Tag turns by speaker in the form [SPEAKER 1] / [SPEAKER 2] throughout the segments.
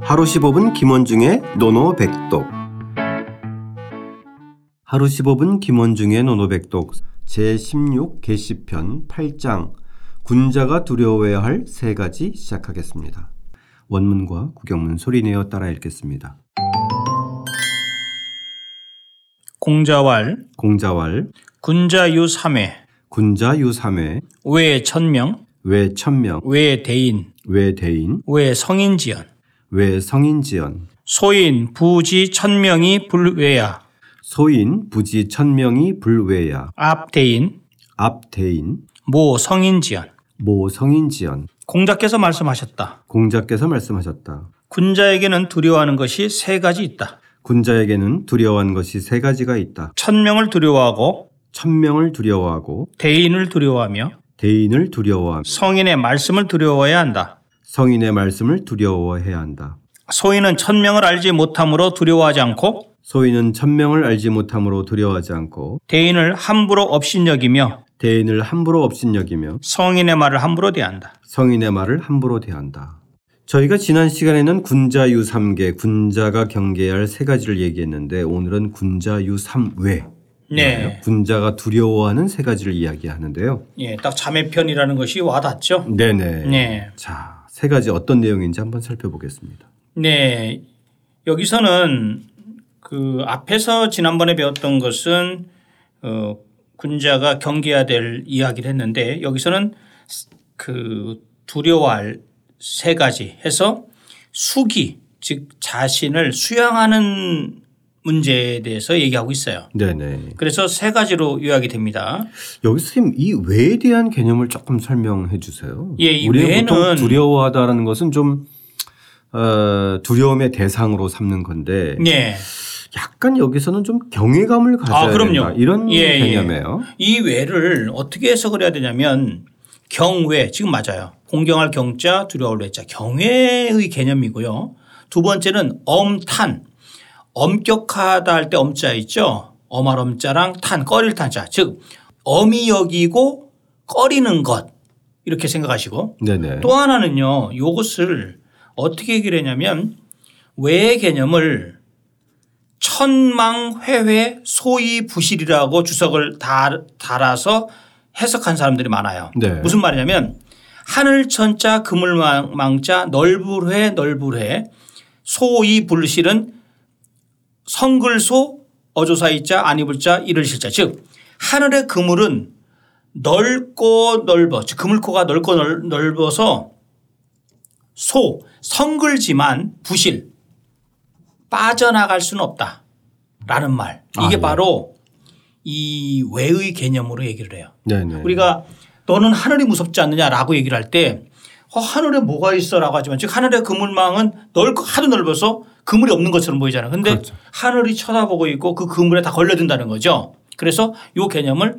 [SPEAKER 1] 하루 15분 김원중의 노노백독 하루 15분 김원중의 노노백독 제16 게시편 8장 군자가 두려워해야 할 세 가지 시작하겠습니다. 원문과 구경문 소리내어 따라 읽겠습니다.
[SPEAKER 2] 공자왈
[SPEAKER 1] 공자왈
[SPEAKER 2] 군자유 3회
[SPEAKER 1] 군자 유삼회
[SPEAKER 2] 외 천명
[SPEAKER 1] 외 천명
[SPEAKER 2] 외 대인
[SPEAKER 1] 외 대인
[SPEAKER 2] 외 성인지연
[SPEAKER 1] 외 성인지연
[SPEAKER 2] 소인 부지 천명이 불외야
[SPEAKER 1] 소인 부지 천명이 불외야
[SPEAKER 2] 앞대인
[SPEAKER 1] 앞 대인
[SPEAKER 2] 모 성인지연
[SPEAKER 1] 모 성인지연
[SPEAKER 2] 공자께서 말씀하셨다.
[SPEAKER 1] 공자께서 말씀하셨다.
[SPEAKER 2] 군자에게는 두려워하는 것이 세 가지 있다.
[SPEAKER 1] 군자에게는 두려워한 것이 세 가지가 있다.
[SPEAKER 2] 천명을 두려워하고
[SPEAKER 1] 천명을 두려워하고
[SPEAKER 2] 대인을 두려워하며
[SPEAKER 1] 대인을 두려워하며
[SPEAKER 2] 성인의 말씀을 두려워해야 한다.
[SPEAKER 1] 성인의 말씀을 두려워해야 한다.
[SPEAKER 2] 소인은 천명을 알지 못함으로 두려워하지 않고
[SPEAKER 1] 소인은 천명을 알지 못함으로 두려워하지 않고
[SPEAKER 2] 대인을 함부로 업신여기며
[SPEAKER 1] 대인을 함부로 업신여기며
[SPEAKER 2] 성인의 말을 함부로 대한다.
[SPEAKER 1] 성인의 말을 함부로 대한다. 저희가 지난 시간에는 군자 유삼계, 군자가 경계할 세 가지를 얘기했는데 오늘은 군자 유삼외,
[SPEAKER 2] 네.
[SPEAKER 1] 군자가 두려워하는 세 가지를 이야기하는데요.
[SPEAKER 2] 예, 딱 자매편이라는 것이 와닿죠.
[SPEAKER 1] 네네.
[SPEAKER 2] 네.
[SPEAKER 1] 자, 세 가지 어떤 내용인지 한번 살펴보겠습니다.
[SPEAKER 2] 네. 여기서는 그 앞에서 지난번에 배웠던 것은 어, 군자가 경계해야 될 이야기를 했는데 여기서는 그 두려워할 세 가지 해서 수기 즉 자신을 수양하는 문제에 대해서 얘기하고 있어요.
[SPEAKER 1] 네네.
[SPEAKER 2] 그래서 세 가지로 요약이 됩니다.
[SPEAKER 1] 여기 선생님 이 외에 대한 개념을 조금 설명해 주세요.
[SPEAKER 2] 예, 이
[SPEAKER 1] 우리는
[SPEAKER 2] 외는-
[SPEAKER 1] 보통 두려워하다라는 것은 좀 어, 두려움의 대상으로 삼는 건데
[SPEAKER 2] 네.
[SPEAKER 1] 약간 여기서는 좀 경외감을 가져야
[SPEAKER 2] 아, 그럼요.
[SPEAKER 1] 된다 이런
[SPEAKER 2] 예, 예.
[SPEAKER 1] 개념이에요.
[SPEAKER 2] 이 외를 어떻게 해석을 해야 되냐면 경외 지금 맞아요. 공경할 경자 두려울 외자 경외의 개념이고요. 두 번째는 엄탄 엄격하다 할 때 엄자 있죠. 엄할 엄자랑 탄 꺼릴 탄자 즉 엄이 여기고 꺼리는 것 이렇게 생각하시고
[SPEAKER 1] 네네.
[SPEAKER 2] 또 하나는요. 요것을 어떻게 얘기를 했냐면 외의 개념을 천망 회회 소위 부실이라고 주석을 달, 달아서 해석한 사람들이 많아요.
[SPEAKER 1] 네.
[SPEAKER 2] 무슨 말이냐면 하늘 천자 그물 망- 망자 넓을회 넓을회 소이 불실은 성글소 어조사이자 안이불자 이를실자 즉 하늘의 그물은 넓고 넓어 즉 그물코가 넓고 넓- 넓어서 소 성글지만 부실 빠져나갈 수는 없다라는 말
[SPEAKER 1] 아,
[SPEAKER 2] 이게
[SPEAKER 1] 예.
[SPEAKER 2] 바로 이 외의 개념으로 얘기를 해요.
[SPEAKER 1] 네네.
[SPEAKER 2] 우리가 너는 하늘이 무섭지 않느냐라고 얘기를 할 때 어, 하늘에 뭐가 있어라고 하지만 즉 하늘의 그물망은 넓고 하도 넓어서 그물이 없는 것처럼 보이잖아요. 근데
[SPEAKER 1] 그렇죠.
[SPEAKER 2] 하늘이 쳐다보고 있고 그 그물에 다 걸려든다는 거죠. 그래서 요 개념을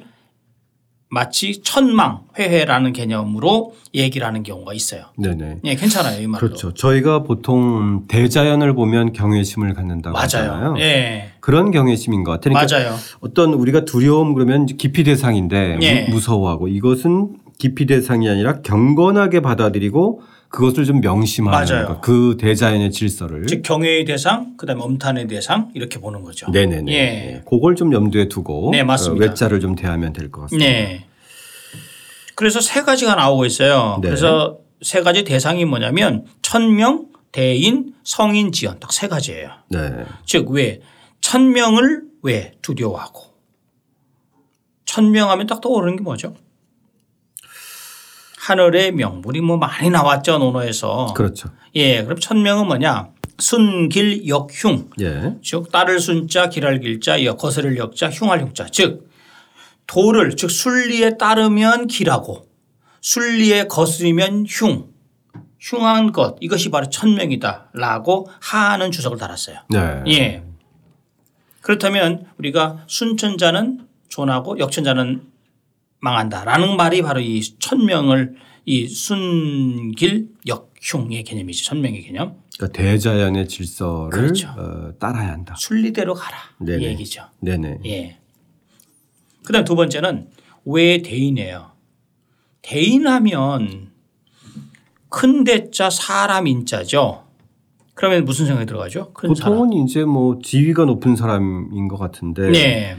[SPEAKER 2] 마치 천망 회회라는 개념으로 얘기를 하는 경우가 있어요.
[SPEAKER 1] 네네.
[SPEAKER 2] 예, 괜찮아요 이 말도.
[SPEAKER 1] 그렇죠. 저희가 보통 대자연을 보면 경외심을 갖는다고
[SPEAKER 2] 맞아요.
[SPEAKER 1] 하잖아요.
[SPEAKER 2] 예.
[SPEAKER 1] 그런 경외심인 것 같아요. 그러니까
[SPEAKER 2] 맞아요.
[SPEAKER 1] 어떤 우리가 두려움 그러면 이제 기피 대상인데
[SPEAKER 2] 예.
[SPEAKER 1] 무- 무서워하고 이것은 기피 대상이 아니라 경건하게 받아들이고 그것을 좀 명심하는
[SPEAKER 2] 맞아요.
[SPEAKER 1] 것. 그 대자연의 질서를
[SPEAKER 2] 즉 경외의 대상, 그다음에 엄탄의 대상 이렇게 보는 거죠.
[SPEAKER 1] 네네네.
[SPEAKER 2] 예.
[SPEAKER 1] 그걸 좀 염두에 두고
[SPEAKER 2] 네, 맞습니다.
[SPEAKER 1] 어, 외자를 좀 대하면 될 것 같습니다.
[SPEAKER 2] 네. 그래서 세 가지가 나오고 있어요.
[SPEAKER 1] 네.
[SPEAKER 2] 그래서 세 가지 대상이 뭐냐면 천명, 대인, 성인, 지연 딱 세 가지예요.
[SPEAKER 1] 네.
[SPEAKER 2] 즉 왜? 천명을 왜 두려워하고 천명하면 딱 떠오르는 게 뭐죠? 하늘의 명분이 뭐 많이 나왔죠 논어에서.
[SPEAKER 1] 그렇죠.
[SPEAKER 2] 예, 그럼 천명은 뭐냐? 순길 역흉
[SPEAKER 1] 예.
[SPEAKER 2] 즉 딸을 순자 길할 길자 여 거스를 역자 흉할 흉자 즉 도를 즉 순리에 따르면 길하고 순리에 거스르면 흉 흉한 것 이것이 바로 천명이다라고 하는 주석을 달았어요.
[SPEAKER 1] 네.
[SPEAKER 2] 예. 그렇다면 우리가 순천자는 존하고 역천자는 망한다라는 말이 바로 이 천명을 이 순길 역흉의 개념이죠. 천명의 개념.
[SPEAKER 1] 그러니까 대자연의 질서를
[SPEAKER 2] 그렇죠.
[SPEAKER 1] 어, 따라야 한다.
[SPEAKER 2] 순리대로 가라
[SPEAKER 1] 네네.
[SPEAKER 2] 이 얘기죠.
[SPEAKER 1] 네네.
[SPEAKER 2] 예. 그다음 두 번째는 왜 대인이에요. 대인하면 큰 대자 사람인자죠. 그러면 무슨 생각이 들어가죠? 큰 사람.
[SPEAKER 1] 보통은 이제 뭐 지위가 높은 사람인 것 같은데
[SPEAKER 2] 네.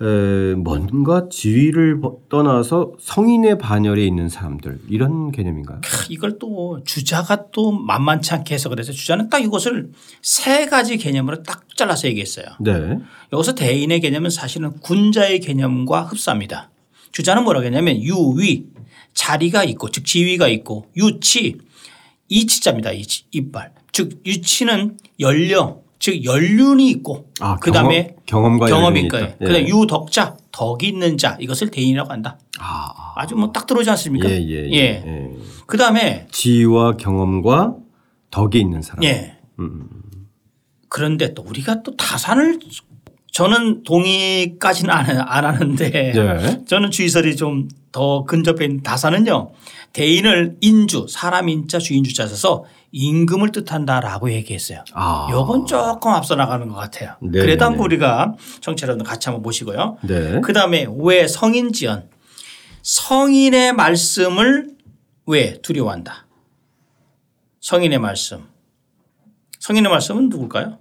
[SPEAKER 1] 에, 뭔가 지위를 버- 떠나서 성인의 반열에 있는 사람들 이런 개념인가요?
[SPEAKER 2] 캬, 이걸 또 주자가 또 만만치 않게 해서 그래서 주자는 딱 이것을 세 가지 개념으로 딱 잘라서 얘기했어요.
[SPEAKER 1] 네.
[SPEAKER 2] 여기서 대인의 개념은 사실은 군자의 개념과 흡사합니다. 주자는 뭐라고 했냐면 유위 자리가 있고 즉 지위가 있고 유치 이치자입니다. 이치 이빨 즉 유치는 연령 즉 연륜이 있고
[SPEAKER 1] 아,
[SPEAKER 2] 그다음에
[SPEAKER 1] 경험, 경험과 연륜이
[SPEAKER 2] 경험이니까
[SPEAKER 1] 있다. 예.
[SPEAKER 2] 그다음 에 유덕자 덕이 있는 자 이것을 대인이라고 한다.
[SPEAKER 1] 아,
[SPEAKER 2] 아주 뭐 딱 들어오지 않습니까?
[SPEAKER 1] 예, 예, 예,
[SPEAKER 2] 예.
[SPEAKER 1] 예.
[SPEAKER 2] 그다음에
[SPEAKER 1] 지위와 경험과 덕이 있는 사람.
[SPEAKER 2] 예.
[SPEAKER 1] 음,
[SPEAKER 2] 그런데 또 우리가 또 다산을 저는 동의까지는 안, 해- 안 하는데
[SPEAKER 1] 예.
[SPEAKER 2] 저는 주의설이 좀 더 근접해 있는 다산은요 대인을 인주 사람 인자 주인 주자 써서 임금을 뜻한다라고 얘기했어요.
[SPEAKER 1] 아.
[SPEAKER 2] 요건 조금 앞서 나가는 것 같아요.
[SPEAKER 1] 네,
[SPEAKER 2] 그래도
[SPEAKER 1] 네, 네.
[SPEAKER 2] 한번 우리가 청취자분들 같이 한번 보시고요.
[SPEAKER 1] 네.
[SPEAKER 2] 그 다음에 왜 성인지연 성인의 말씀을 왜 두려워한다. 성인의 말씀. 성인의 말씀은 누굴까요?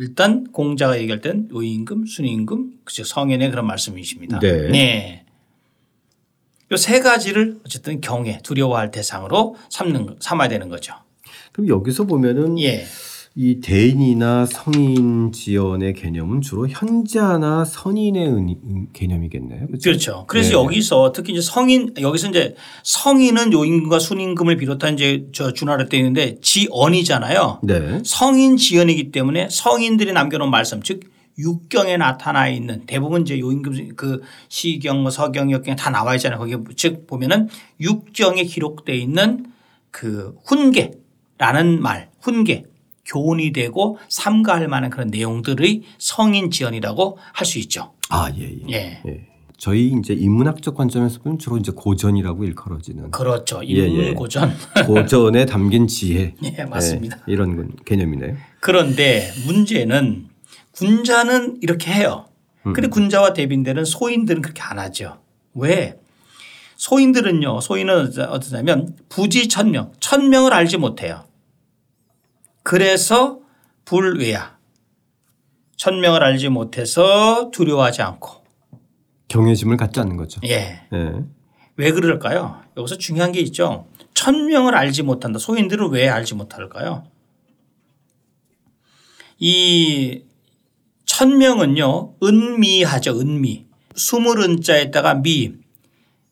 [SPEAKER 2] 일단 공자가 얘기할 땐 의임금, 순임금, 그죠 성인의 그런 말씀이십니다.
[SPEAKER 1] 네.
[SPEAKER 2] 요 세 가지를 어쨌든 경외, 두려워할 대상으로 삼는 삼아야 되는 거죠.
[SPEAKER 1] 그럼 여기서 보면은
[SPEAKER 2] 예.
[SPEAKER 1] 이 대인이나 성인 지연의 개념은 주로 현자나 선인의 은- 은- 개념이겠네요. 그렇죠?
[SPEAKER 2] 그렇죠. 그래서
[SPEAKER 1] 네.
[SPEAKER 2] 여기서 특히 이제 성인 여기서 이제 성인은 요임금과 순임금을 비롯한 이제 저 준하를 때 있는데 지언이잖아요.
[SPEAKER 1] 네.
[SPEAKER 2] 성인 지언이기 때문에 성인들이 남겨놓은 말씀 즉 육경에 나타나 있는 대부분 이제 요임금 그 시경 뭐 서경 역경 다 나와 있잖아요. 거기 즉 보면은 육경에 기록돼 있는 그 훈계라는 말 훈계 교훈이 되고 삼가할 만한 그런 내용들의 성인 지언이라고 할 수 있죠.
[SPEAKER 1] 아, 예, 예.
[SPEAKER 2] 예.
[SPEAKER 1] 예. 저희 이제 인문학적 관점에서 보면 주로 이제 고전이라고 일컬어지는
[SPEAKER 2] 그렇죠.
[SPEAKER 1] 예, 예.
[SPEAKER 2] 인문고전.
[SPEAKER 1] 고전에 담긴 지혜.
[SPEAKER 2] 예, 맞습니다.
[SPEAKER 1] 예, 이런 건- 개념이네요.
[SPEAKER 2] 그런데 문제는 군자는 이렇게 해요. 근데 군자와 대빈들은 소인들은 그렇게 안 하죠. 왜? 소인들은요. 소인은 어떠- 어떠냐면 부지 천명, 천명을 알지 못해요. 그래서 불외야. 천명을 알지 못해서 두려워하지 않고.
[SPEAKER 1] 경외심을 갖지 않는 거죠.
[SPEAKER 2] 예.
[SPEAKER 1] 예.
[SPEAKER 2] 왜 그럴까요? 여기서 중요한 게 있죠. 천명을 알지 못한다. 소인들은 왜 알지 못할까요? 이 천명은요. 은미하죠. 은미. 숨을 은자에다가 미.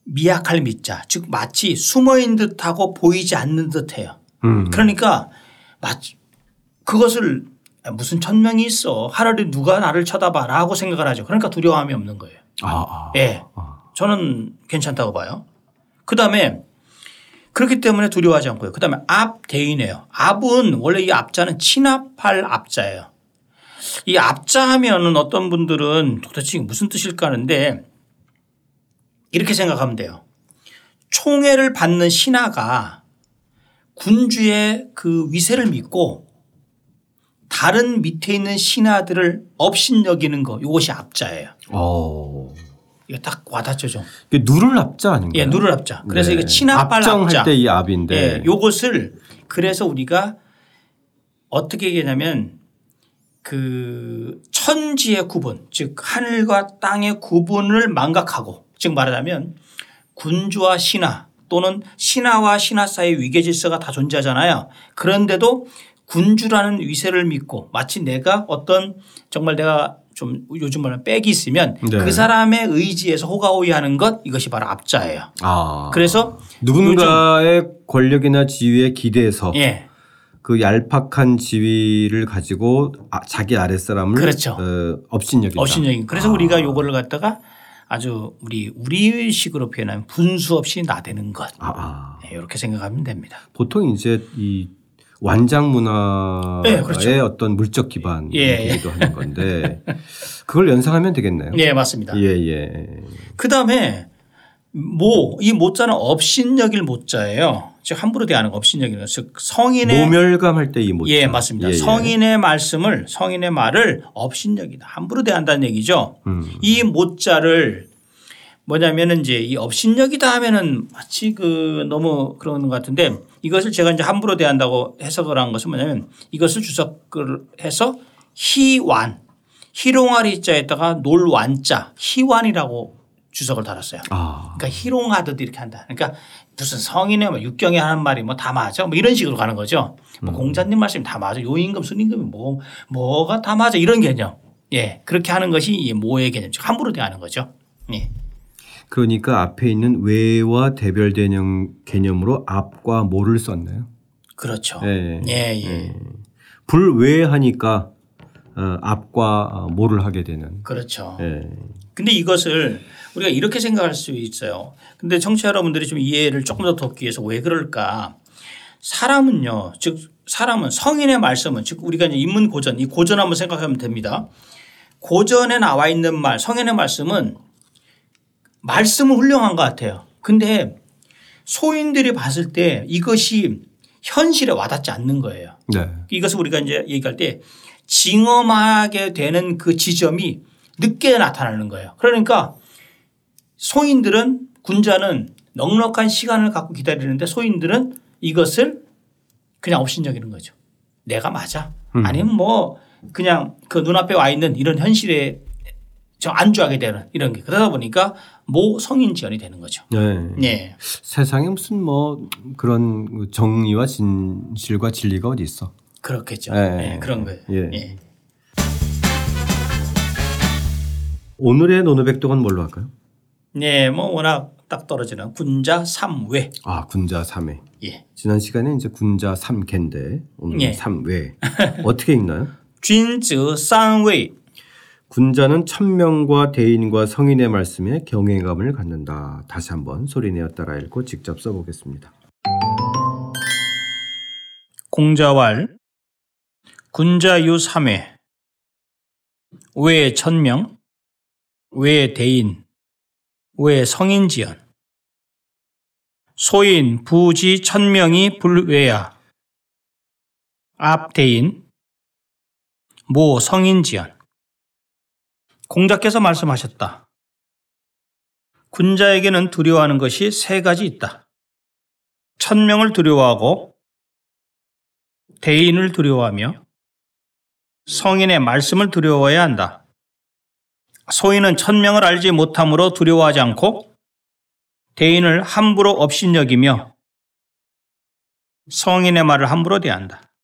[SPEAKER 2] 미약할 미자. 즉 마치 숨어인 듯하고 보이지 않는 듯해요.
[SPEAKER 1] 음.
[SPEAKER 2] 그러니까 마치 그것을 무슨 천명이 있어. 하늘에 누가 나를 쳐다봐라고 생각을 하죠. 그러니까 두려움이 없는 거예요.
[SPEAKER 1] 아, 아.
[SPEAKER 2] 예.
[SPEAKER 1] 아.
[SPEAKER 2] 저는 괜찮다고 봐요. 그 다음에 그렇기 때문에 두려워하지 않고요. 그 다음에 압대인이에요. 압은 원래 이 압자는 친압할 압자예요. 이 압자 하면은 어떤 분들은 도대체 이게 무슨 뜻일까 하는데 이렇게 생각하면 돼요. 총애를 받는 신하가 군주의 그 위세를 믿고 다른 밑에 있는 신하들을 업신여기는 거 이것이 압자예요.
[SPEAKER 1] 어.
[SPEAKER 2] 이거 딱 와닿죠 좀.
[SPEAKER 1] 이게 누를 압자 아닌가요?
[SPEAKER 2] 예, 누를 압자. 그래서 이게 친압발
[SPEAKER 1] 네. 압정할
[SPEAKER 2] 압자.
[SPEAKER 1] 때 이 압인데.
[SPEAKER 2] 예, 요것을 그래서 우리가 어떻게 얘기하냐면 그 천지의 구분, 즉 하늘과 땅의 구분을 망각하고, 즉 말하자면 군주와 신하 또는 신하와 신하 사이의 위계 질서가 다 존재하잖아요. 그런데도 군주라는 위세를 믿고 마치 내가 어떤 정말 내가 좀 요즘 말하면 빽이 있으면
[SPEAKER 1] 네.
[SPEAKER 2] 그 사람의 의지에서 호가호위하는 것 이것이 바로 압자예요.
[SPEAKER 1] 아.
[SPEAKER 2] 그래서
[SPEAKER 1] 누군가의 권력이나 지위에 기대서
[SPEAKER 2] 예.
[SPEAKER 1] 그 얄팍한 지위를 가지고 아, 자기 아랫사람을
[SPEAKER 2] 그렇죠.
[SPEAKER 1] 어, 업신여긴다.
[SPEAKER 2] 업신여긴. 그래서
[SPEAKER 1] 아.
[SPEAKER 2] 우리가 요거를 갖다가 아주 우리 우리식으로 표현하면 분수 없이 나대는 것.
[SPEAKER 1] 아, 아.
[SPEAKER 2] 네, 이렇게 생각하면 됩니다.
[SPEAKER 1] 보통 이제 이 완장 문화의
[SPEAKER 2] 네, 그렇죠.
[SPEAKER 1] 어떤 물적 기반이
[SPEAKER 2] 예, 예.
[SPEAKER 1] 되기도 하는 건데 그걸 연상하면 되겠네요.
[SPEAKER 2] 네, 맞습니다.
[SPEAKER 1] 예, 예.
[SPEAKER 2] 그 다음에 모, 이 모자는 업신여길 모자예요. 즉 함부로 대하는 거 업신여길. 즉 성인의
[SPEAKER 1] 모멸감할 때 이 모자.
[SPEAKER 2] 네. 예, 맞습니다.
[SPEAKER 1] 예, 예.
[SPEAKER 2] 성인의 말씀을 성인의 말을 업신여기다. 함부로 대한다는 얘기죠.
[SPEAKER 1] 음.
[SPEAKER 2] 이 모자를 뭐냐면은 이제 이 업신여기다 하면은 마치 그 너무 그런 것 같은데 이것을 제가 이제 함부로 대한다고 해석을 한 것은 뭐냐면 이것을 주석을 해서 희완 희롱아리 자에다가 놀완자 희완이라고 주석을 달았어요.
[SPEAKER 1] 아,
[SPEAKER 2] 그러니까 희롱하듯 이렇게 한다. 그러니까 무슨 성인의 뭐 육경이 하는 말이 뭐 다 맞아. 뭐 이런 식으로 가는 거죠. 뭐
[SPEAKER 1] 음.
[SPEAKER 2] 공자님 말씀이 다 맞아. 요임금, 순임금이 뭐 뭐가 다 맞아. 이런 개념. 예. 그렇게 하는 것이 이 모의 개념. 즉 함부로 대하는 거죠. 예.
[SPEAKER 1] 그러니까 앞에 있는 외와 대별 개념 개념으로 앞과 모를 썼나요?
[SPEAKER 2] 그렇죠.
[SPEAKER 1] 예.
[SPEAKER 2] 예, 예.
[SPEAKER 1] 불외 하니까 어, 앞과 모를 하게 되는.
[SPEAKER 2] 그렇죠.
[SPEAKER 1] 예.
[SPEAKER 2] 근데 이것을 우리가 이렇게 생각할 수 있어요. 근데 청취자 여러분들이 좀 이해를 조금 더 돕기 위해서 왜 그럴까? 사람은요, 즉 사람은 성인의 말씀은 즉 우리가 이제 인문 고전 이 고전 한번 생각하면 됩니다. 고전에 나와 있는 말 성인의 말씀은 말씀은 훌륭한 것 같아요. 근데 소인들이 봤을 때 이것이 현실에 와닿지 않는 거예요.
[SPEAKER 1] 네.
[SPEAKER 2] 이것을 우리가 이제 얘기할 때 징험하게 되는 그 지점이 늦게 나타나는 거예요. 그러니까 소인들은 군자는 넉넉한 시간을 갖고 기다리는데 소인들은 이것을 그냥 업신여기는 거죠. 내가 맞아.
[SPEAKER 1] 음.
[SPEAKER 2] 아니면 뭐 그냥 그 눈앞에 와 있는 이런 현실에 저 안주하게 되는 이런 게 그러다 보니까 모 성인 지연이 되는 거죠.
[SPEAKER 1] 네.
[SPEAKER 2] 네.
[SPEAKER 1] 세상에 무슨 뭐 그런 정의와 진실과 진리가 어디 있어?
[SPEAKER 2] 그렇겠죠.
[SPEAKER 1] 예.
[SPEAKER 2] 네, 그런 거예요.
[SPEAKER 1] 예.
[SPEAKER 2] 예.
[SPEAKER 1] 오늘의 노노백독은 뭘로 할까요?
[SPEAKER 2] 네, 뭐 워낙 딱 떨어지는 군자 삼외.
[SPEAKER 1] 아 군자 3회.
[SPEAKER 2] 예.
[SPEAKER 1] 지난 시간에 이제 군자 3개인데
[SPEAKER 2] 예.
[SPEAKER 1] 오늘 삼 3회 어떻게 읽나요?
[SPEAKER 2] 君子 삼외.
[SPEAKER 1] 군자는 천명과 대인과 성인의 말씀에 경외감을 갖는다. 다시 한번 소리내어 따라 읽고 직접 써보겠습니다.
[SPEAKER 2] 공자왈 군자유 삼회. 외 천명. 외 대인. 외 성인지연. 소인 부지 천명이 불외야. 앞 대인. 모 성인지연. 공자께서 말씀하셨다. 군자에게는 두려워하는 것이 세 가지 있다. 천명을 두려워하고 대인을 두려워하며 성인의 말씀을 두려워해야 한다. 소인은 천명을 알지 못함으로 두려워하지 않고 대인을 함부로 업신여기며 성인의 말을 함부로 대한다.